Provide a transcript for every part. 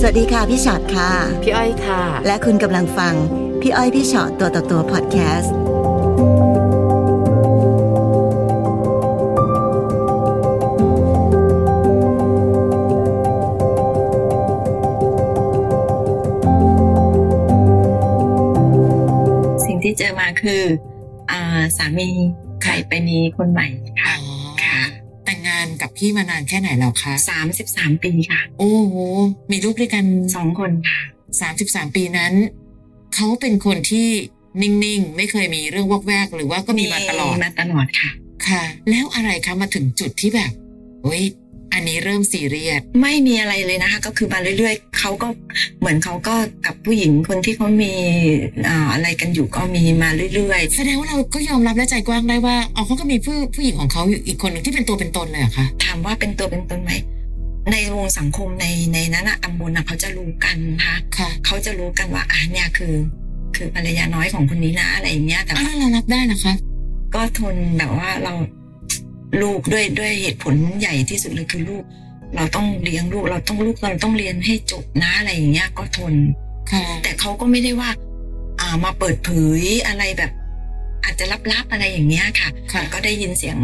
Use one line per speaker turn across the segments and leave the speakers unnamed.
สวัสดีค่ะพี่ชอตค่ะ
พี่อ้อยค่ะ
และคุณกำลังฟัง พี่อ้อยพี่ชอตตัวต่อตัวพอดแคสต์
สิ่งที่เจอมาคืออ่าสามีใครไปมีคนใหม่ค่ะค่ะ
แต่งงานกับพี่มานานแค่ไหนแล้วคะ
สามสิบสามปีค่ะ
โอ้โห มีลูกด้วยกัน
สองคนค่ะ
สามสิบสามปีนั้น เขาเป็นคนที่นิ่งๆ ไม่เคยมีเรื่องวอกแวก หรือว่าก็มีมาตลอด
มาตลอดค่ะ
ค่ะ แล้วอะไรคะมาถึงจุดที่แบบเฮ้ย อันนี้เริ่มซีเรียส
ไม่มีอะไรเลยนะคะ ก็คือมาเรื่อยๆเขาก็เหมือนเขาก็กับผู้หญิงคนที่เขามีอ่าอะไรกันอยู่ก็มีมาเรื่อย
แสดงว่าเราก็ยอมรับและใจกว้างได้ว่าอ๋อเขาก็มีผู้ผู้หญิงของเขาอยู่อีกคนหนึ่งที่เป็นตัวเป็นตนเลยเหรอะคะ
ๆ ถามว่าเป็นตัวเป็นตนไหมในวงสังคมในในนั้นอะตำบลอะเขาจะรู้กันนะคะ
ค่ะ
เขาจะรู้กันว่าอ่ะเนี่ยคือ คือภรรยาน้อยของคนนี้นะอะไรอย่างเงี้ยแต่
อ้าว
ว่า
แล้วเรารับได้นะคะ
ก็ทนแบบว่าเราลูกด้วยด้วยเหตุผลใหญ่ที่สุดเลยคือลูก เราต้องเลี้ยงลูก เราต้องลูกเราต้องเรียนให้จบนะอะไรอย่างเงี้ยก็ทน
ค่ะ
แต่เขาก็ไม่ได้ว่า อ่ามาเปิดเผยอะไรแบบ อาจจะลับๆอะไรอย่างเงี้ยค่ะ
ค่ะ
แต่ก็ได้ยินเสียง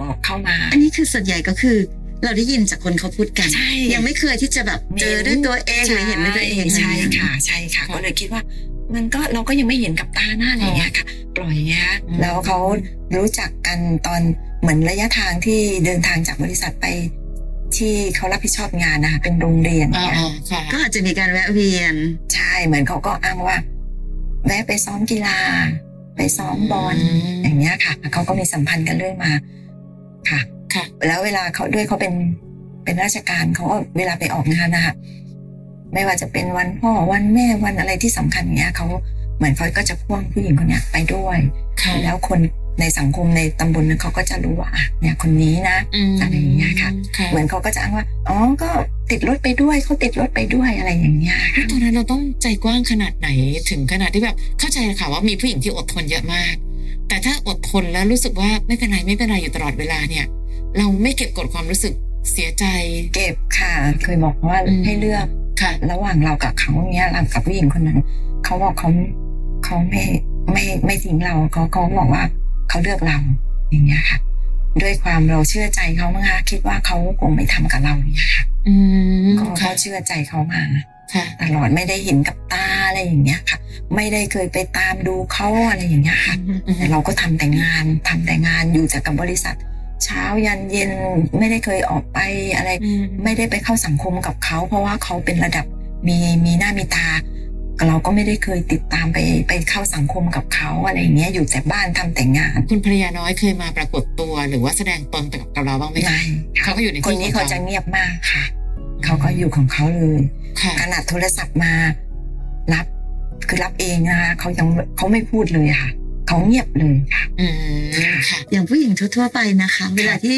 บอกเข้ามา
อันนี้คือส่วนใหญ่ก็คือ เราได้ยินจากคนเขาพูดกัน
ใช่
ยังไม่เคยที่จะแบบเจอด้วยตัวเองหรือเห็นด้วยตัวเอง
ใช่ค่ะ ใช่ค่ะ
ค่ะ
ก็เลยคิดว่า มันก็เราก็ยังไม่เห็นกับตาหน้าอะไรอย่างเงี้ยค่ะ ปล่อยอย่างเงี้ย
อืม
แล้วเขารู้จักกันตอนเหมือนระยะทางที่เดินทางจากบริษัทไป ที่เขารับผิดชอบงานนะคะเป็นโรงเรียน
อ่า
เนี่ย
อ่าค่ะ
ก็อาจจะมีการแวะเวียน
ใช่เหมือนเขาก็อ้างว่า แวะไปซ้อมกีฬา ไปซ้อมบอล อย่างเงี้ยค่ะเขาก็มีสัมพันธ์กันเรื่อยมาค่ะ
ค่ะ
แล้วเวลาเขาด้วยเขาเป็นเป็นราชการเขาก็เวลาไปออกงานนะคะไม่ว่าจะเป็นวันพ่อวันแม่วันอะไรที่สำคัญเงี้ยเขาเหมือนเขาก็จะพ่วงผู้หญิงคนเนี้ยไปด้วย
ค่ะ
แล้วคนในสังคมในตำบลนั้นเขาก็จะรู้ว่าอ่ะเนี่ยคนนี้นะ
ม
อะไรอย่างเงี้ยค่ะ
ค่ะ
เหมือนเขาก็จะอ้างว่าอ๋อก็ติดรถไปด้วยเขาติดรถไปด้วยอะไรอย่างเงี้ยค่ะ
ตอนนั้นเราต้องใจกว้างขนาดไหนถึงขนาดที่แบบเข้าใจค่ะว่ามีผู้หญิงที่อดทนเยอะมาก แต่ถ้าอดทนแล้วรู้สึกว่าไม่เป็นไรไม่เป็นไรอยู่ตลอดเวลาเนี่ย เราไม่เก็บกดความรู้สึกเสียใจ
เก็บค่ะเคยบอกว่า
อืม
ให้เลือก
ค่ะ
ระหว่างเรากับเขาเนี้ยเรากับผู้หญิงคนนั้นเขาบอกเขาเขาไม่ไม่ไม่ทิ้งเราเขาเขาบอกว่าเขาเลือกเราอย่างเงี้ยค่ะ ด้วยความเราเชื่อใจเขามั้งคะคิดว่าเขาคงไม่ทำกับเราอย่างเนี้ยค่ะ
อืม
ก็เขา
ค่ะ
เชื่อใจเขามา
ค่ะ
ตลอดไม่ได้เห็นกับตาอะไรอย่างเงี้ยค่ะ ไม่ได้เคยไปตามดูเขาอะไรอย่างเงี้ยค่ะ แต่เราก็ทำแต่งานทำแต่งานอยู่จากกับบริษัท เช้ายันเย็นไม่ได้เคยออกไปอะไร ไม่ได้ไปเข้าสังคมกับเขา เพราะว่าเขาเป็นระดับมีมีหน้ามีตา เราก็ไม่ได้เคยติดตามไปไปเข้าสังคมกับเขาอะไรอย่างเงี้ยอยู่แต่บ้านทำแต่งงาน
คุณภรรยาน้อยเคยมาปรากฏตัวหรือว่าแสดงตนกับเราบ้างไหมคะ
ไม่
เขา
ค่ะ
ก็อยู่ในที่
คนนี้
ของ
เขาจะเงียบมากค่ะ เขาก็อยู่ของเขาเลย
ค่ะ
ขนาดโทรศัพท์มา รับคือรับเองนะคะเขายังเขาไม่พูดเลยค่ะเขาเงียบเลยค่ะ
อืมค่ะ
อย่างผู้หญิงทั่วๆไปนะคะ เวลาที่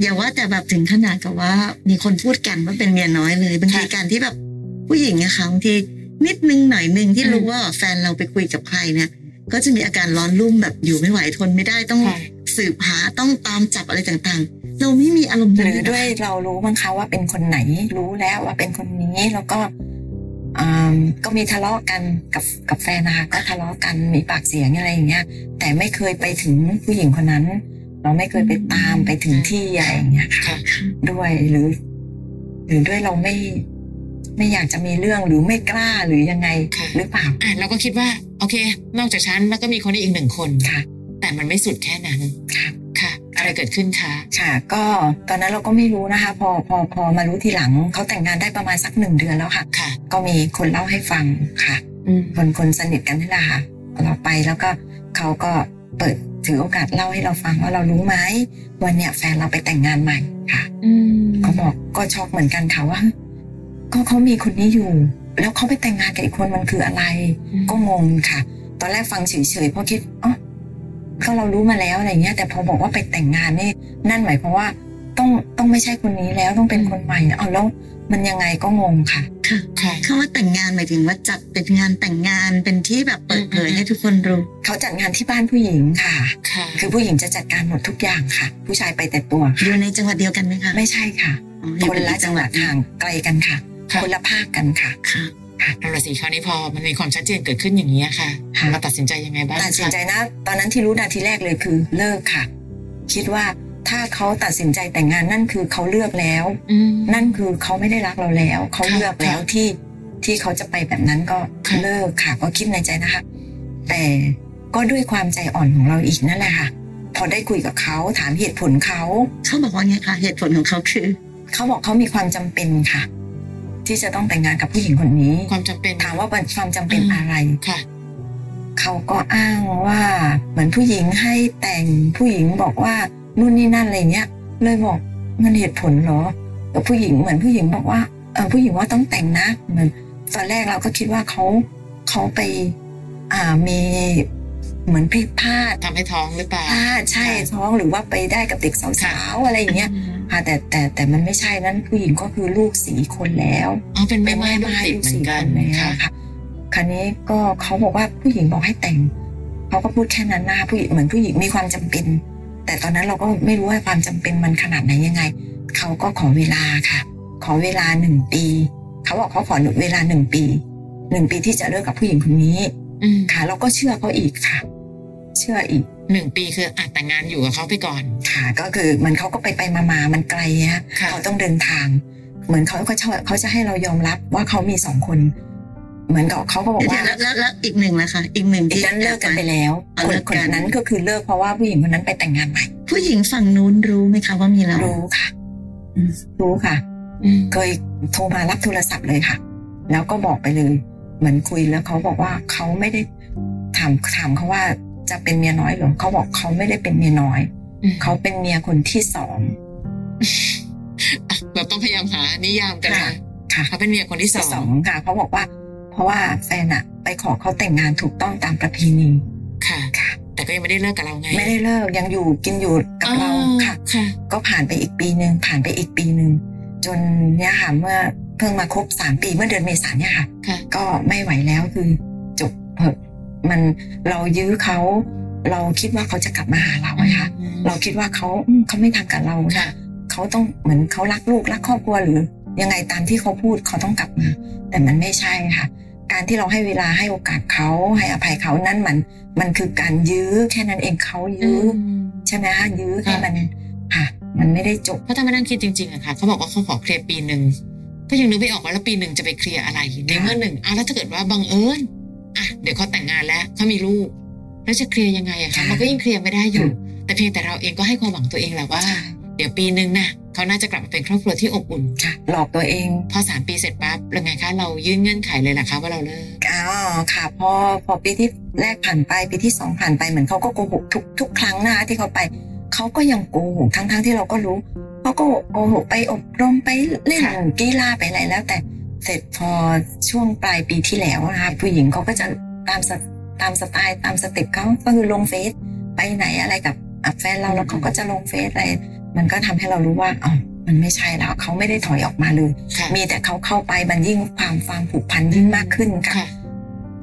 อย่าว่าแต่แบบถึงขนาดกับว่า มีคนพูดกันว่าเป็นเมียน้อยเลยบางที
ค่ะ
การที่แบบผู้หญิงนะคะบางทีนิดนึงหน่อยนึงที่
อืม
รู้ว่าแฟนเราไปคุยกับใครเนี่ยก็จะมีอาการร้อนรุ่มแบบอยู่ไม่ไหวทนไม่ได้ต้อง
ค่ะ
สืบหาต้องตามจับอะไรต่างๆ เราไม่มีอารมณ์
ห
นั้น
รือ
เลนะ
ด้วยเรารู้มั้งคะว่าเป็นคนไหนรู้แล้วว่าเป็นคนนี้แล้วก็อ่าก็มีทะเลาะกันกับกับแฟนนะคะก็ทะเลาะกันมีปากเสียงอะไรอย่างเงี้ย แต่ไม่เคยไปถึงผู้หญิงคนนั้น เราไม่เคยไปตามไปถึงที่อะไรอย่างเงี้ยค่ะ
ค่ะ
ด้วยหรือ หรือด้วยเราไม่ไม่อยากจะมีเรื่องหรือไม่กล้าหรือยังไง
ค่ะ
หรือเปล่า
อ่ะเราก็คิดว่าโอเค นอกจากฉันแล้วก็มีคนนี้อีกหนึ่งคน
ค่ะ
แต่มันไม่สุดแค่นั้น
ค่ะ
ค่ะ อะไรเกิดขึ้นคะ
ค่ะก็ตอนนั้นเราก็ไม่รู้นะคะ พอพอพอมารู้ทีหลังเขาแต่งงานได้ประมาณสักหนึ่งเดือนแล้วค่ะ
ค่ะ
ก็มีคนเล่าให้ฟังค่ะ
อืม
คนคนสนิทกันนี่แหละค่ะเราไปแล้วก็เขาก็เปิดถือโอกาสเล่าให้เราฟังว่าเรารู้ไหมวันเนี้ยแฟนเราไปแต่งงานใหม่ค่ะ
อืม
เขาบอกก็ช็อกเหมือนกันค่ะว่าก็เขามีคนนี้อยู่ แล้วเขาไปแต่งงานกับอีกคนมันคืออะไร ก็งงค่ะ ตอนแรกฟังเฉยๆเพราะคิดอ๋อก็เรารู้มาแล้วอะไรเงี้ย แต่พอบอกว่าไปแต่งงานนี่นั่นหมายความว่าต้องต้องไม่ใช่คนนี้แล้วต้องเป็นคนใหม่นะเอาแล้วมันยังไงก็งงค่ะ
ค่ะ
ค่ะ
คำว่าแต่งงานหมายถึงว่าจัดเป็นงานแต่งงานเป็นที่แบบเปิดเผยให้ทุกคนรู้
เขาจัดงานที่บ้านผู้หญิงค่ะ
ค่ะ
คือผู้หญิงจะจัดการหมดทุกอย่างค่ะ ผู้ชายไปแต่ตัว
อยู่ในจังหวัดเดียวกันไหมคะ
ไม่ใช่ค่ะ
อ๋ออยู่
คน
เป็
ละจังหวัดห่างไกลกันค่ะ
ค่ะ
คนละภาคกันค่ะ
ค่ะ
เอาละสิคราวนี้พอมันมีความชัดเจนเกิดขึ้นอย่างนี้ยค่ะ
ค่ะ
เราตัดสินใจยังไงบ้าง
ตัดสินใจ
คะ
นะ ตอนนั้นที่รู้นาทีแรกเลยคือเลิกค่ะ คิดว่าถ้าเขาตัดสินใจแต่งงานนั่นคือเขาเลือกแล้ว
อืม
นั่นคือเขาไม่ได้รักเราแล้วเขา
ค่ะ
เลือกแล้ว
ค่ะ
ที่ที่เขาจะไปแบบนั้นก็
ค่ะ
เลิกค่ะ ก็คิดในใจนะคะ แต่ก็ด้วยความใจอ่อนของเราอีกนั่นแหละค่ะ พอได้คุยกับเขาถามเหตุผลเขา
เขาบอกว่าไงคะเหตุผลของเขาคือ
เขาบอกเขามีความจำเป็นค่ะ ที่จะต้องแต่งงานกับผู้หญิงคนนี้
ความจำเป็น
ถามว่าเป็นความจำเป็น
อืม
อะไร
ค่ะ
เขาก็อ้างว่าเหมือนผู้หญิงให้แต่งผู้หญิงบอกว่านู่นนี่นั่นอะไรเงี้ย เลยบอกมันเหตุผลเหรอแล้วผู้หญิงเหมือนผู้หญิงบอกว่าเออผู้หญิงว่าต้องแต่งนะเหมือนตอนแรกเราก็คิดว่าเขาเขาไปอ่ามีเหมือนผิดพลาด
ทำให้ท้องหรือเปล่า
พลาดใช่
ค่ะ
ท้องหรือว่าไปได้กับเด็กสา
ค่ะ
วๆอะไรอย่างเงี้ยค่ะแต่แต่แต่มันไม่ใช่นั้นผู้หญิงก็คือลูกสี่คนแล้ว
อ๋อเป็นแม่ไม้ลูก
ไม้
ติด
ดู
เหมือ
สิ
นกัน
คนแล้ว
ค่ะ
ค่ะคราวนี้ก็เขาบอกว่าผู้หญิงบอกให้แต่งเขาก็พูดแค่นั้นนะคะผู้หญิงเหมือนผู้หญิงมีความจำเป็น แต่ตอนนั้นเราก็ไม่รู้ว่าความจำเป็นมันขนาดไหนยังไงเขาก็ขอเวลาค่ะ ขอเวลาหนึ่งปีเขาบอกเขาขอเวลาหนึ่งปีหนึ่งปีที่จะเลิกกับผู้หญิงคนนี้
อืม
ค่ะ เราก็เชื่อเขาอีกค่ะ เชื่ออีก
หนึ่งปีคืออาจแต่งงานอยู่กับเขาไปก่อน
ค่ะ ก็คือเหมันเขาก็ไปไปมามาๆมันไกลฮะ
ค่ะ
เขาต้องเดินทาง เหมือนเขาก็ชอบเขาจะให้เรายอมรับว่าเขามีสองคน เหมือนกับเขาก็บอกว่า
แล้วแล้วแล้วอีกหนึ่งละคะอีกหนึ่ง
อี
ที่
กนั้นเลิกกันไปแล้ว
เอา
คน
เลิก
ค
กัน น
นั้นก็คือเลิกเพราะว่าผู้หญิงคนนั้นไปแต่งงานใหม่
ผู้หญิงฝั่งนู้นรู้ไหมคะว่ามีเรา
รู้ค่ะ
อืม
รู้ค่ะ
อืม
เคยโทรมารับโทรศัพท์เลยค่ะ แล้วก็บอกไปเลย เหมือนคุยแล้วเขาบอกว่าเขาไม่ได้ถามถามเขาว่าจะเป็นเมียน้อยเหรือเขาบอกเขาไม่ได้เป็นเมียน้อย
อืม
เขาเป็นเมียคนที่สอง
เราต้องพยายามหานิยามกันนะ
ค่ะ ค่ะ
เขาเป็นเมียคนที่สอง
สองค่ะเขาบอกว่า เพราะว่าแฟนอะไปขอเขาแต่งงานถูกต้องตามประเพณี
ค่ะ
ค่ะ
แต่ก็ยังไม่ได้เลิกกับเราไง
ไม่ได้เลิกยังอยู่กินอยู่กับเรา
อ๋อ
ค่ะ
ค่ะ
ก็ผ่านไปอีกปีหนึ่งผ่านไปอีกปีหนึ่งจนเนี่ยค่ะเมื่อเพิ่งมาครบสามปีเมื่อเดือนเมษาเนี่ยค่ะ
ค่ะ
ก็ไม่ไหวแล้วคือจบเถอะมันเรายื้อเขาเราคิดว่าเขาจะกลับมาหาเราไหมคะเราคิดว่าเขาอืมเขาไม่ทำกับเรา
ค่ะ
เขาต้องเหมือนเขารักลูกรักครอบครัวหรือ ยังไงตามที่เขาพูดเขาต้องกลับมา แต่มันไม่ใช่ค่ะ การที่เราให้เวลาให้โอกาสเขาให้อภัยเขานั่นมันมันคือการยื้อแค่นั้นเองเขายื้ออใช่ไหมคะยื้อให้มันค่ะ มันไม่ได้จบ
เพราะถ้ามานั่งคิดจริงๆอะค่ะเขาบอกว่าเขาขอเคลียร์ปีหนึ่งก็ยังนึกไม่ออกว่าแล้วปีหนึ่งจะไปเคลียร์อะไรในเมื่อหนึ่งอ้าวแล้วถ้าเกิดว่าบังเอิญอ่ะเดี๋ยวเขาแต่งงานแล้วเขามีลูก แล้วจะเคลียร์ยังไงอะคะ
ค่ะ
มันก็ยิ่งเคลียร์ไม่ได้อยู่
ถูก
แต่เพียงแต่เราเองก็ให้ความหวังตัวเองแหละว่า
ใช่
เดี๋ยวปีหนึ่งนะเขาน่าจะกลับมาเป็นครอบครัวที่อบอุ่น
ค่ะ หลอกตัวเอง
พอสามปีเสร็จปั๊บแล้วไงคะเรายื่นเงื่อนไขเลยล่ะคะว่าเราเลิก
อ๋อค่ะพอพอปีที่แรกผ่านไปปีที่สองผ่านไปเหมือนเขาก็โกหกทุกทุกครั้งนะคะที่เขาไปเขาก็ยังโกหกทั้งทั้งที่เราก็รู้เขาก็โกหกไปอบรมไปเล่น
ค่ะ
กีฬาไปอะไรแล้ว แต่เสร็จพอช่วงปลายปีที่แล้วนะคะผู้หญิงเขาก็จะตามสไตามสไตล์ตามสเต็ปเขาก็คือลงเฟซไปไหนอะไรกับอ่ะแฟนเราแล้วเขาก็จะลงเฟซอะไร มันก็ทำให้เรารู้ว่าอ๋อมันไม่ใช่แล้วเขาไม่ได้ถอยออกมาเลย
ค่ะ
มีแต่เขาเข้าไปมันยิ่งความความผูกพันยิ่งมากขึ้นค่ะ
ค่ะ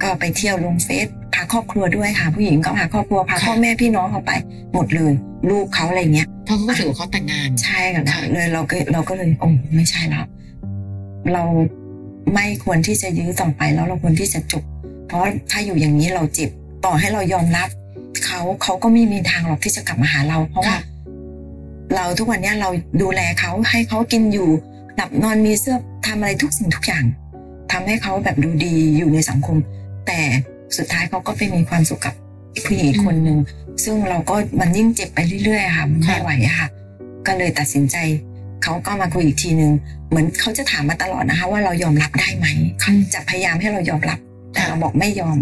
ก็ไปเที่ยวลงเฟซพาครอบครัวด้วยค่ะ ผู้หญิงก็พาครอบครัวพาพ่อ
ค่ะ
แม่พี่น้องเขาไป หมดเลย ลูกเขาอะไรเงี้ย
เพราะเขาก็ถือว่าเขาแต่งงาน
ใช่กัน
ค่ะ
เลยเราก็เราก็เลยโอ้ไม่ใช่แล้วเราไม่ควรที่จะยื้อต่อไปแล้วเราควรที่จะจบ เพราะถ้าอยู่อย่างนี้เราเจ็บต่อให้เรายอมรับเขาเขาก็ไม่มีทางหรอกที่จะกลับมาหาเรา เพราะว่า
ค่ะ
เราทุกวันเนี้ยเราดูแลเขาให้เขากินอยู่หลับนอนมีเสื้อทำอะไรทุกสิ่งทุกอย่างทำให้เขาแบบดูดีอยู่ในสังคม แต่สุดท้ายเขาก็ไปมีความสุขกับผู้หญิงอีกคนหนึ่งซึ่งเราก็มันยิ่งเจ็บไปเรื่อยๆอะค่ะมันไม่
ค่ะ
ไหวอะค่ะ ก็เลยตัดสินใจเขาก็มาคุยอีกทีหนึ่งเหมือนเขาจะถามมาตลอดนะคะ ว่าเรายอมรับได้ไหมเขาจะพยายามให้เรายอมรับ แต่เราบอกไม่ยอม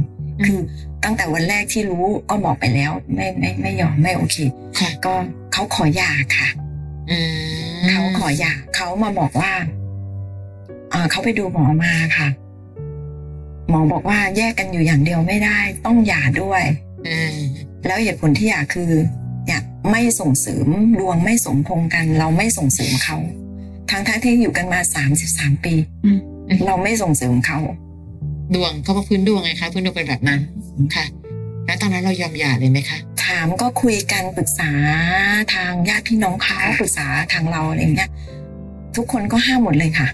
คือตั้งแต่วันแรกที่รู้ก็บอกไปแล้ว ไม่ไม่ไม่ยอมไม่โอเค
ค่ะ
ก็เขาขอหย่าค่ะ
อืม
เขาขอหย่าเขามาบอกว่าเอ่อเขาไปดูหมอมาค่ะ หมอบอกว่าแยกกันอยู่อย่างเดียวไม่ได้ ต้องหย่าด้วย
อืม
แล้วเหตุผลที่หย่าคือเนี่ยไม่ส่งเสริมดวงไม่สมพงกัน เราไม่ส่งเสริมเขาทั้งทั้งๆที่อยู่กันมาสามสิบสามปี
อืม
เราไม่ส่งเสริมเขา
ดวงเขาบอกพื้นดวงไงคะ พื้นดวงเป็นแบบนั้น ค่ะ แล้วตอนนั้นเรายอมหย่าเลยไหมคะ
ถามก็คุยกันปรึกษาทางญาติพี่น้องเขาปรึกษาทางเราอะไรอย่างเงี้ยทุกคนก็ห้ามหมดเลยค่ะ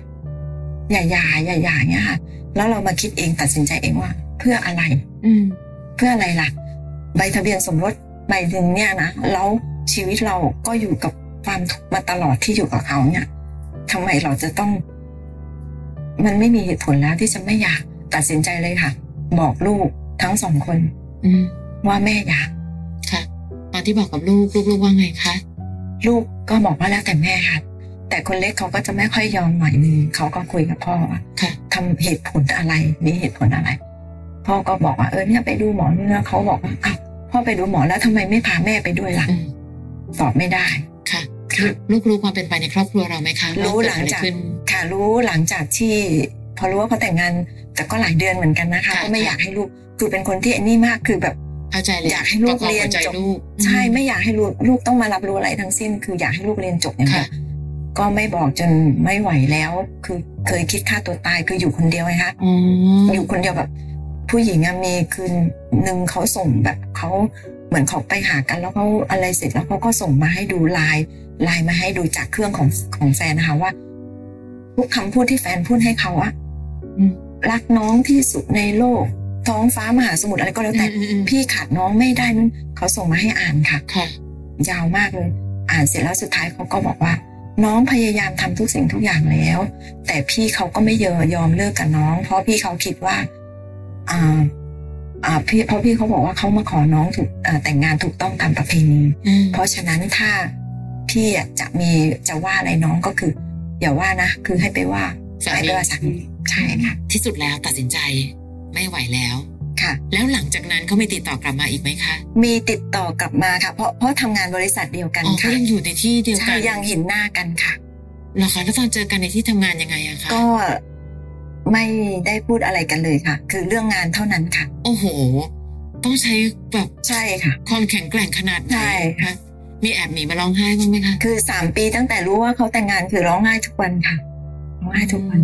อย่าหย่าอย่าหย่าเงี้ยค่ะแล้วเรามาคิดเองตัดสินใจเองว่า เพื่ออะไร
อืม
เพื่ออะไรล่ะ ใบทะเบียนสมรสใบหนึ่งเนี่ยนะแล้วชีวิตเราก็อยู่กับความทุกข์มาตลอดที่อยู่กับเขาเนี่ยทำไมเราจะต้อง มันไม่มีเหตุผลแล้วที่จะไม่อยากตัดสินใจเลยค่ะ บอกลูกทั้งสองคน
อืม
ว่าแม่อยาก
ค่ะ ตอนที่บอกกับลูกลูกๆว่าไงคะ
ลูกก็บอกว่าแล้วแต่แม่ค่ะแต่คนเล็กเขาก็จะไม่ค่อยยอมหน่อยนึงเขาก็คุยกับพ่อว่า
ค่ะ
ทำเหตุผลอะไร มีเหตุผลอะไร พ่อก็บอกว่าเออเนี่ยไปดูหมอเนื้อเขาบอกว่าอ้าวพ่อไปดูหมอแล้วทำไมไม่พาแม่ไปด้วยล่ะ
อืม
ตอบไม่ได้
ค่ะ
ค่ะ
ลูกรู้ความเป็นไปในครอบครัวเราไหมคะ
รู้
ว่า
หลัง
เดอะไร
จาก
ขึ้น
ค่ะรู้หลังจากที่ พอรู้ว่าเขาแต่งงานแต่ก็หลายเดือนเหมือนกันนะคะ
ค่ะ
ก็ไม่อยากให้ลูกคือเป็นคนที่ไอ้นี่มากคือแบบ
เข้าใจเลย
อยากให้ลูก
ประคอง
เรียน
หัวใจ
จบ
ลูก
ใช่
อื
ไม่อยากให้ลูกลูกต้องมารับรู้อะไรทั้งสิ้น คืออยากให้ลูกเรียนจบอย่างเดียว
ค่ะ
ก็ไม่บอกจนไม่ไหวแล้ว คือเคยคิดฆ่าตัวตายคืออยู่คนเดียวไงคะ
อ๋อ
อยู่คนเดียวแบบผู้หญิงอะมีคืนหนึ่งเขาส่งแบบเขาเหมือนเขาไปหากันแล้วเขาอะไรเสร็จแล้วเขาก็ส่งมาให้ดูไลน์ไลน์มาให้ดูจากเครื่องของของแฟนนะคะว่า ทุกคำพูดที่แฟนพูดให้เขาอะ
อืม
รักน้องที่สุดในโลก ท้องฟ้ามหาสมุทรอะไรก็แล้วแต่
อืมอืมอืม
พี่ขาดน้องไม่ได้นั่นเขาส่งมาให้อ่านค่ะ
ค่ะ
ยาวมากเลย อ่านเสร็จแล้วสุดท้ายเขาก็บอกว่า น้องพยายามทำทุกสิ่งทุกอย่างแล้ว แต่พี่เขาก็ไม่เยอยอมเลิกกับน้อง เพราะพี่เขาคิดว่าอ่าอ่าพี่เพราะพี่เขาบอกว่าเขามาขอน้องถูกอ่าแต่งงานถูกต้องตามประเพณี
อืม
เพราะฉะนั้นถ้าพี่อ่ะจะมีจะว่าอะไรน้องก็คือ อย่าว่านะคือให้ไปว่า
สามี
ให้ไปว่าสามีใช่ค่ะ
ที่สุดแล้วตัดสินใจไม่ไหวแล้ว
ค่ะ
แล้วหลังจากนั้นเขาไม่ติดต่อกลับมาอีกไหมคะ
มีติดต่อกลับมาค่ะ เพราะเพราะทำงานบริษัทเดียวกัน
อ๋อเขา
ค่ะ
ยังอยู่ในที่เดียวกั
ใช่
น
ยังเห็นหน้ากันค่ะ
เหรอคะแล้วตอนเจอกันในที่ทำงานยังไงอะคะ
ก็ไม่ได้พูดอะไรกันเลยค่ะ คือเรื่องงานเท่านั้นค่ะ
โอ้โห ต้องใช้แบบ
ใช่ค่ะ
ความแข็งแกร่งขนาดไหน
ใช่ค่ะ
คะมีแอบหนีมาร้องไห้บ้างไหมคะ
คือสามปีตั้งแต่รู้ว่าเขาแต่งงานคือร้องไห้ทุกวันค่ะร้องไห้ทุกวัน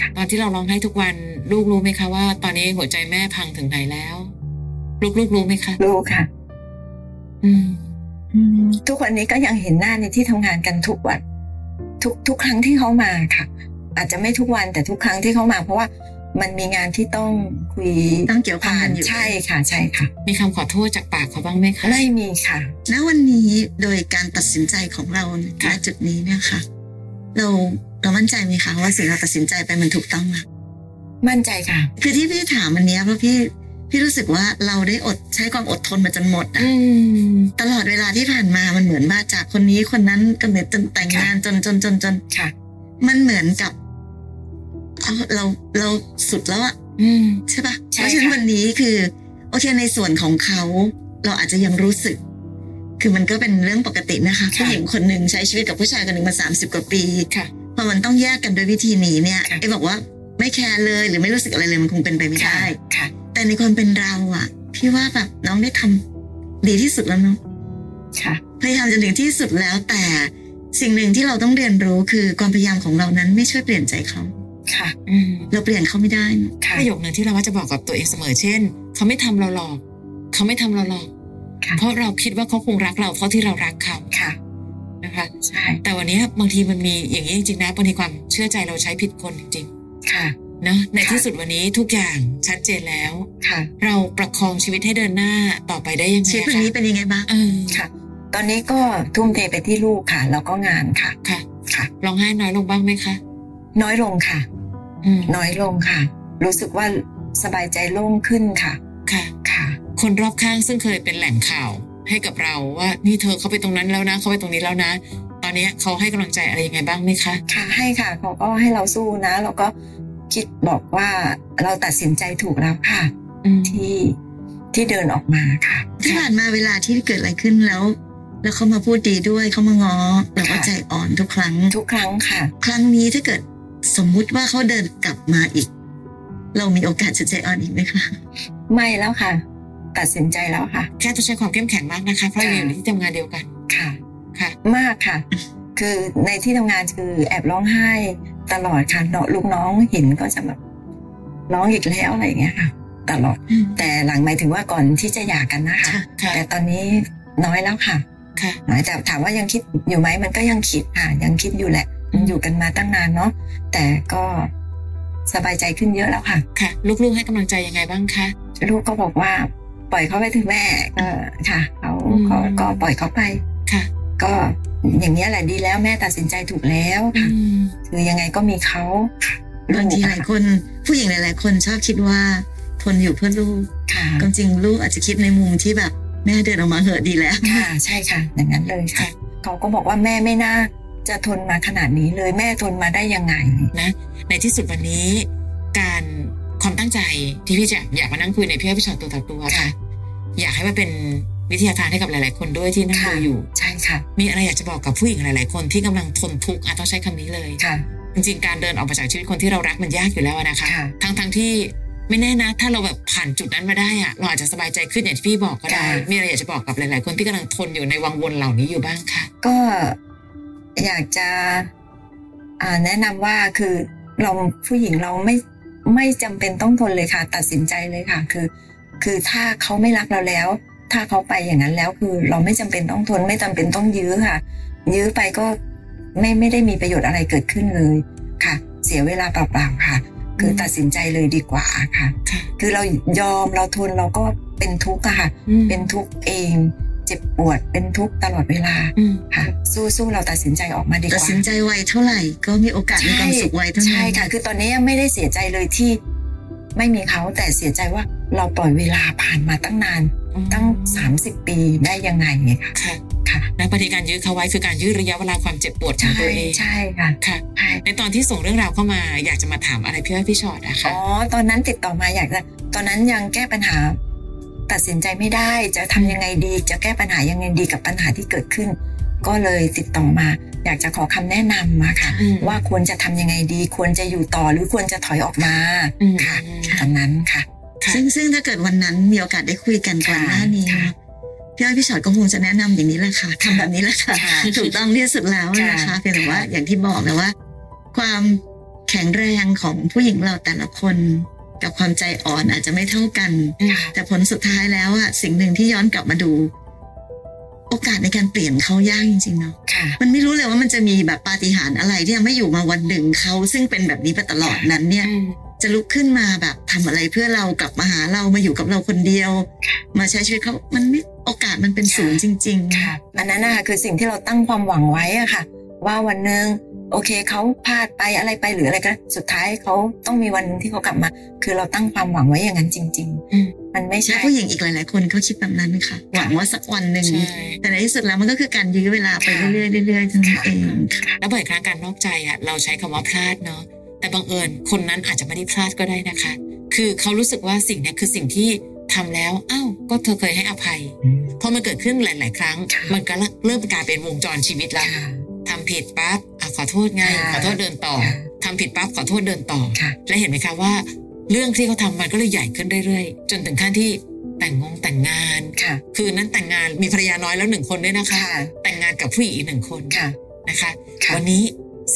ค่ะ
ตอนที่เราร้องไห้ทุกวันลูกรู้ไหมคะว่า ตอนนี้หัวใจแม่พังถึงไหนแล้ว ลูกลูกรู้ไหมคะ
รู้ค่ะ
อืม
ทุกวันนี้ก็ยังเห็นหน้าในที่ทำงานกันทุกวัน ทุกทุกครั้งที่เขามาค่ะ อาจจะไม่ทุกวันแต่ทุกครั้งที่เขามา เพราะว่ามันมีงานที่ต้องคุย
ต้องเกี่ยวข้อง
ผ่า
กัน นอยู่
ใช่ค่ะ ใช่ค่ะ
มีคำขอโทษจากปากเขาบ้างไหมคะ
ไม่มีค่ะ
ณวันนี้โดยการตัดสินใจของเราณ
ค่ะ
จุดนี้เนี่ยค่ะ เราเรามั่นใจไหมคะว่าสิ่งเราตัดสินใจไปมันถูกต้องแล้ว
มั่นใจค่ะ
คือที่พี่ถามอันเนี้ยเพราะพี่พี่รู้สึกว่าเราได้อดใช้ความอดทนมาจนหมดอะ
อืม
ตลอดเวลาที่ผ่านมามันเหมือนว่าจากคนนี้คนนั้นก็เหมือนจนแต่งงานจนจนจนจน
ค่ะ
มันเหมือนกับเอาเราเราสุดแล้วอะ
อืม
ใช่ปะ
ใช่
เพราะฉะนั้น
ค่ะ
วันนี้คือ โอเคในส่วนของเขา เราอาจจะยังรู้สึก คือมันก็เป็นเรื่องปกตินะคะ
ค่ะ
ผู้หญิงคนหนึ่งใช้ชีวิตกับผู้ชายคนหนึ่งมาสามสิบกว่าปี
ค่ะ
พอมันต้องแยกกันด้วยวิธีนี้เนี่ย
ค่ะ
ไอ้บอกว่าไม่แคร์เลยหรือไม่รู้สึกอะไรเลยมันคงเป็นไปไม่
ค่ะ
ได้
ค่ะ
แต่ในความเป็นเราอะพี่ว่าแบบน้องได้ทำดีที่สุดแล้วเนาะ
ค่ะ
พยายามจนถึงที่สุดแล้วแต่สิ่งหนึ่งที่เราต้องเรียนรู้คือความพยายามของเรานั้นไม่ช่วยเปลี่ยนใจเขา
ค่ะ
อืม
เราเปลี่ยนเขาไม่ได้นะ
ค่ะ
ประโยคหนึ่งที่เราว่าจะบอกกับตัวเองเสมอเช่น เขาไม่ทำเราหรอก เขาไม่ทำเราหรอก
ค่ะ
เพราะเราคิดว่าเขาคงรักเราเท่าที่เรารักเขา
ค่ะ
นะคะ
ใช่
แต่วันนี้บางทีมันมีอย่างนี้จริงๆนะบางทีความเชื่อใจเราใช้ผิดคนจริง
ค่ะ
ๆเนอะในที่สุดวันนี้ทุกอย่างชัดเจนแล้ว
ค่ะ
เราประคองชีวิตให้เดินหน้าต่อไปได้ยังไง
ชีวิต
อะ
คน
คะ
นี้เป็นยังไงบ้าง
เออ
ค่ะ ตอนนี้ก็ทุ่มเทไปที่ลูกค่ะ แล้วก็งานค่ะ
ค่ะ
ค่ะ
ร้องไห้น้อยลงบ้างไหมคะ
น้อยลงค่ะ
อืม
น้อยลงค่ะ รู้สึกว่าสบายใจโล่งขึ้นค่ะ
ค่ะ
ค่ะ
คนรอบข้างซึ่งเคยเป็นแหล่งข่าวให้กับเราว่านี่เธอเขาไปตรงนั้นแล้วนะ เขาไปตรงนี้แล้วนะ ตอนเนี้ยเขาให้กำลังใจอะไรยังไงบ้างไหมคะ
ค่ะ ให้ค่ะ เขาก็ให้เราสู้นะ แล้วก็คิดบอกว่าเราตัดสินใจถูกแล้วค่ะ
อืม
ที่ที่เดินออกมาค่ะ
ที่ผ่านมาเวลาที่เกิดอะไรขึ้นแล้ว แล้วเขามาพูดดีด้วยเขามาง้อเราก็
ค่ะ
ใจอ่อนทุกครั้ง
ทุกครั้งค่ะ
ครั้งนี้ถ้าเกิดสมมุติว่าเขาเดินกลับมาอีก เรามีโอกาสจะใจอ่อนอีกไหมคะ
ไม่แล้วค่ะ ตัดสินใจแล้วค่ะ
แค่ต้องใช้ความเข้มแข็งมากนะคะ เพราะอยู่ในที่ทำงานเดียวกัน
ค่ะ
ค่ะ
มากค่ะ คือในที่ทำงานคือแอบร้องไห้ตลอดค่ะเนาะลูกน้องเห็นก็จะแบบร้องอีกแล้วอะไรอย่างเงี้ยค่ะ ตลอด
อืม
แต่หลังหมายถึงว่าก่อนที่จะหย่ากันนะคะ
ค่ะ
แต่ตอนนี้น้อยแล้วค่ะ
ค่ะ
น้อยแต่ถามว่ายังคิดอยู่ไหมมันก็ยังคิดค่ะ ยังคิดอยู่แหละ มันอยู่กันมาตั้งนานเนาะแต่ก็ สบายใจขึ้นเยอะแล้วค่ะ
ค่ะ ลูกๆให้กำลังใจยังไงบ้างคะ
ลูกก็บอกว่าปล่อยเขาไปเถอะแม่เออค่ะเขา
อืม
ก็ก็ปล่อยเขาไป
ค่ะ
ก็อย่างนี้ยแหละดีแล้วแม่ตัดสินใจถูกแล้ว
อื
ค่ะ
ม
คือยังไงก็มีเขา
บางทีหลายคนผู้หญิงหลาย ๆ คนชอบคิดว่าทนอยู่เพื่อลูก
ค่ะ
ความจริงลูกอาจจะคิดในมุมที่แบบแม่เดินออกมาเหอะดีแล้ว
ค่ะใช่ค่ะ อย่างนั้นเลยค่ะเขาก็บอกว่าแม่ไม่น่าจะทนมาขนาดนี้เลยแม่ทนมาได้ยังไง
ในที่สุดวันนี้ การความตั้งใจที่พี่จะอยากมานั่งคุยในพี่อ้อยพี่ชอตตัวต่อตัวค่ะ
ค่ะ
อยากให้มันเป็นวิทยาทานให้กับหลาย ๆ คนด้วยที่นั่ง
ค่ะ
ดูอยู่
ใช่ค่ะ
มีอะไรอยากจะบอกกับผู้หญิงหลาย ๆ คนที่กำลังทนทุกข์อาจต้องใช้คำนี้เลย
ค่ะ
จริง ๆ การเดินออกมาจากชีวิตคนที่เรารักมันยากอยู่แล้วอะนะคะ
ค่ะ
ทั้งๆที่ไม่แน่นะ ถ้าเราแบบผ่านจุดนั้นมาได้อะเราอาจจะสบายใจขึ้นอย่างที่พี่บอกก็ได้ มีอะไรอยากจะบอกกับหลาย ๆ คนที่กำลังทนอยู่ในวังวนเหล่านี้อยู่บ้างค่ะ
ก็อยากจะอ่าแนะนำว่าคือเราผู้หญิงเราไม่ไม่จำเป็นต้องทนเลยค่ะ ตัดสินใจเลยค่ะ คือ คือถ้าเขาไม่รักเราแล้ว ถ้าเขาไปอย่างนั้นแล้วคือเราไม่จำเป็นต้องทน ไม่จำเป็นต้องยื้อค่ะ ยื้อไปก็ไม่ไม่ได้มีประโยชน์อะไรเกิดขึ้นเลยค่ะ เสียเวลาเปล่าๆค่ะ คือตัดสินใจเลยดีกว่าค่ะ
ค่ะ
คือเรายอมเราทนเราก็เป็นทุกข์อะค่ะ เป็นทุกข์เอง เจ็บปวดเป็นทุกข์ตลอดเวลา
อืม
ค่ะสู้สู้เราตัดสินใจออกมาดีก
ตัด
ว่า
สินใจไวเท่าไหร่ ก็มีโอกาสมีความสุขไวเท่านั้น
ใช่ค่ะ คือตอนนี้ไม่ได้เสียใจเลยที่ ไม่มีเขาแต่เสียใจว่าเราปล่อยเวลาผ่านมาตั้งนานตั้ง 30 ปีได้ยังไงเนี่ยค่ะ
ค่ะ
ค่ะ
และประเด็นการยื้อเขาไว้คือการยื้อระยะเวลาความเจ็บปวดของ
ใช่
ตัวเอง
ใช่ค่ะ
ค่ะ
ใช่
ในตอนที่ส่งเรื่องราวเข้ามาอยากจะมาถามอะไรพี่ว่าพี่ชอตอะ
อ๋
ค่ะ
อตอนนั้นติดต่อมาอยากจะตอนนั้นยังแก้ปัญหา ตัดสินใจไม่ได้จะทำยังไงดี จะแก้ปัญหายังไงดีกับปัญหาที่เกิดขึ้น ก็เลยติดต่อมา อยากจะขอคำแนะนำมาค่ะ
อืม
ว่าควรจะทำยังไงดี ควรจะอยู่ต่อหรือควรจะถอยออกมา
อืม
ค่ะ ตอนนั้นค่ะ
ค่ะ
ซึ่งซึ่งถ้าเกิดวันนั้นมีโอกาสได้คุยกันก่อนหน้านี้
ค่ะ
พี่อ้อยพี่ชอตก็คงจะแนะนำอย่างนี้แหละค่ะทำแบบนี้แหละค่ะ
ค่ะ
ถูกต้องที่สุดแล้วนะคะ
ค่ะ
เพียงแต่ว่าอย่างที่บอกนะว่า ความแข็งแรงของผู้หญิงเราแต่ละคน กับความใจอ่อนอาจจะไม่เท่ากัน
ค่ะ
แต่ผลสุดท้ายแล้วอะสิ่งหนึ่งที่ย้อนกลับมาดู โอกาสในการเปลี่ยนเขายากจริงๆเนาะ
ค่ะ
มันไม่รู้เลยว่ามันจะมีแบบปาฏิหาริย์อะไรที่ทำให้อยู่มาวันหนึ่งเขาซึ่งเป็นแบบนี้ไปตลอดนั้นเนี่ย
อืม
จะลุกขึ้นมาแบบทำอะไรเพื่อเรากลับมาหาเรามาอยู่กับเราคนเดียว มาใช้ชีวิตเขามันไม่โอกาสมันเป็นศูนย์จริงๆ
ค่ะ อันนั้นนะคะคือสิ่งที่เราตั้งความหวังไว้อะค่ะ ว่าวันหนึ่งโอเคเขาพลาดไปอะไรไปหรืออะไรก็ สุดท้ายเขาต้องมีวันที่เขากลับมา คือเราตั้งความหวังไว้อย่างนั้นจริง
อืม
ๆ มันไม่
และ
ใช่
ผู้หญิงอีกหลาย ๆ คนเขาคิดแบบนั้นค่ะ หวังว่าสักวันหนึ่ง
ใช่
แต่ในที่สุดแล้วมันก็คือการยื้อเวลาไป
ค่ะ
เรื่อยๆเรื่อยๆทั้งนั้นเองค่ะ
แล้วบ่อยครั้งการนอกใจอะเราใช้คำว่าพลาดเนาะแต่บังเอิญคนนั้นอาจจะไม่ได้พลาดก็ได้นะคะ คือเขารู้สึกว่าสิ่งเนี้ยคือสิ่งที่ทำแล้วอ้าวก็เธอเคยให้อภัยพอมันเกิดขึ้นหลาย ๆ ครั้ง
ค่ะ
มันก็เริ่มกลายเป็นวงจรชีวิตแล้ว
ค่ะ
ทำผิดปั๊บอะขอโทษไง
ค่ะ
ขอโทษเดินต่อ
ค่ะ
ทำผิดปั๊บขอโทษเดินต่อ
ค่ะ
และเห็นไหมคะว่า เรื่องที่เขาทำมันก็เลยใหญ่ขึ้นเรื่อยๆ จนถึงขั้นที่แต่งงงแต่งงาน
ค่ะ
คืนนั้นแต่งงานมีภรรยาน้อยแล้วหนึ่งคนด้วยนะคะ
ค่ะ
แต่งงานกับผู้หญิงอีกหนึ่งคน
ค่ะ
นะคะ
ค่ะ
วันนี้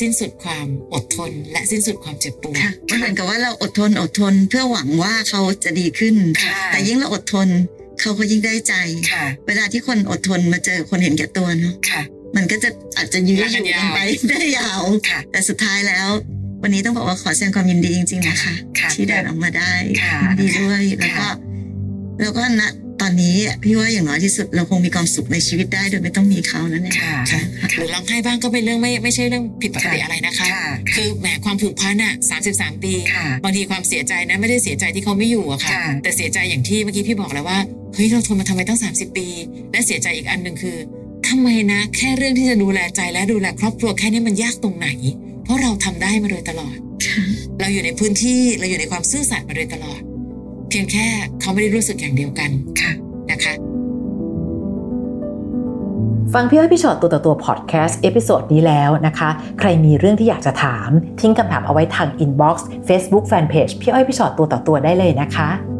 สิ้นสุดความอดทน และสิ้นสุดความเจ็บปวด
ค่ะมันเหมือนกับว่าเราอดทนอดทนเพื่อหวังว่าเขาจะดีขึ้น
ค่ะ
แต่ยิ่งเราอดทนเขาก็ยิ่งได้ใจ
ค่ะ
เวลาที่คนอดทนมาเจอคนเห็นแก่ตัวเนาะ
ค่ะ
มันก็จะอาจจะยื้อ
รัก
อ
กัน
ยู่กั
ยาว
นไป ได้ยาว
ค่ะ
แต่สุดท้ายแล้ว วันนี้ต้องบอกว่าขอแสดงความยินดีจริง ๆ นะคะ
ค่ะ
ที่เดินออกมาได้
ค่ะ
ยินดีด้วยแล้วก็
ค่ะ
แล้วก็ณตอนนี้พี่ว่าอย่างน้อยที่สุดเราคงมีความสุขในชีวิตได้โดยไม่ต้องมีเขานั่นเอง
ค่ะ
ค่ะ
หรือร้องไห้บ้างก็เป็นเรื่องไม่ไม่ใช่เรื่องผิดปกติ
ค่ะ
อะไรนะคะ
ค่ะ
คือแหมความผูกพันอะ33 ปี
ค่ะ
บางทีความเสียใจนะไม่ได้เสียใจที่เขาไม่อยู่อะค่ะ
ค่ะ
แต่เสียใจอย่างที่เมื่อกี้พี่บอกแล้วว่าเฮ้ยเราทนมาทำไมตั้ง 30 ปี และเสียใจอีกอันหนึ่งคือทำไมนะ แค่เรื่องที่จะดูแลใจและดูแลครอบครัวแค่นี้มันยากตรงไหน เพราะเราทำได้มาโดยตลอด เราอยู่ในพื้นที่เราอยู่ในความซื่อสัตย์มาโดยตลอด เพียงแค่เขาไม่ได้รู้สึกอย่างเดียวกัน
ค่ะ
นะคะ
ฟังพี่อ้อยพี่ชอตตัวต่อตัวพอดแคสต์เอพิโซดนี้แล้วนะคะ ใครมีเรื่องที่อยากจะถาม ทิ้งคำถามเอาไว้ทางอินบ็อกซ์เฟซบุ๊กแฟนเพจพี่อ้อยพี่ชอตตัวต่อตัวได้เลยนะคะ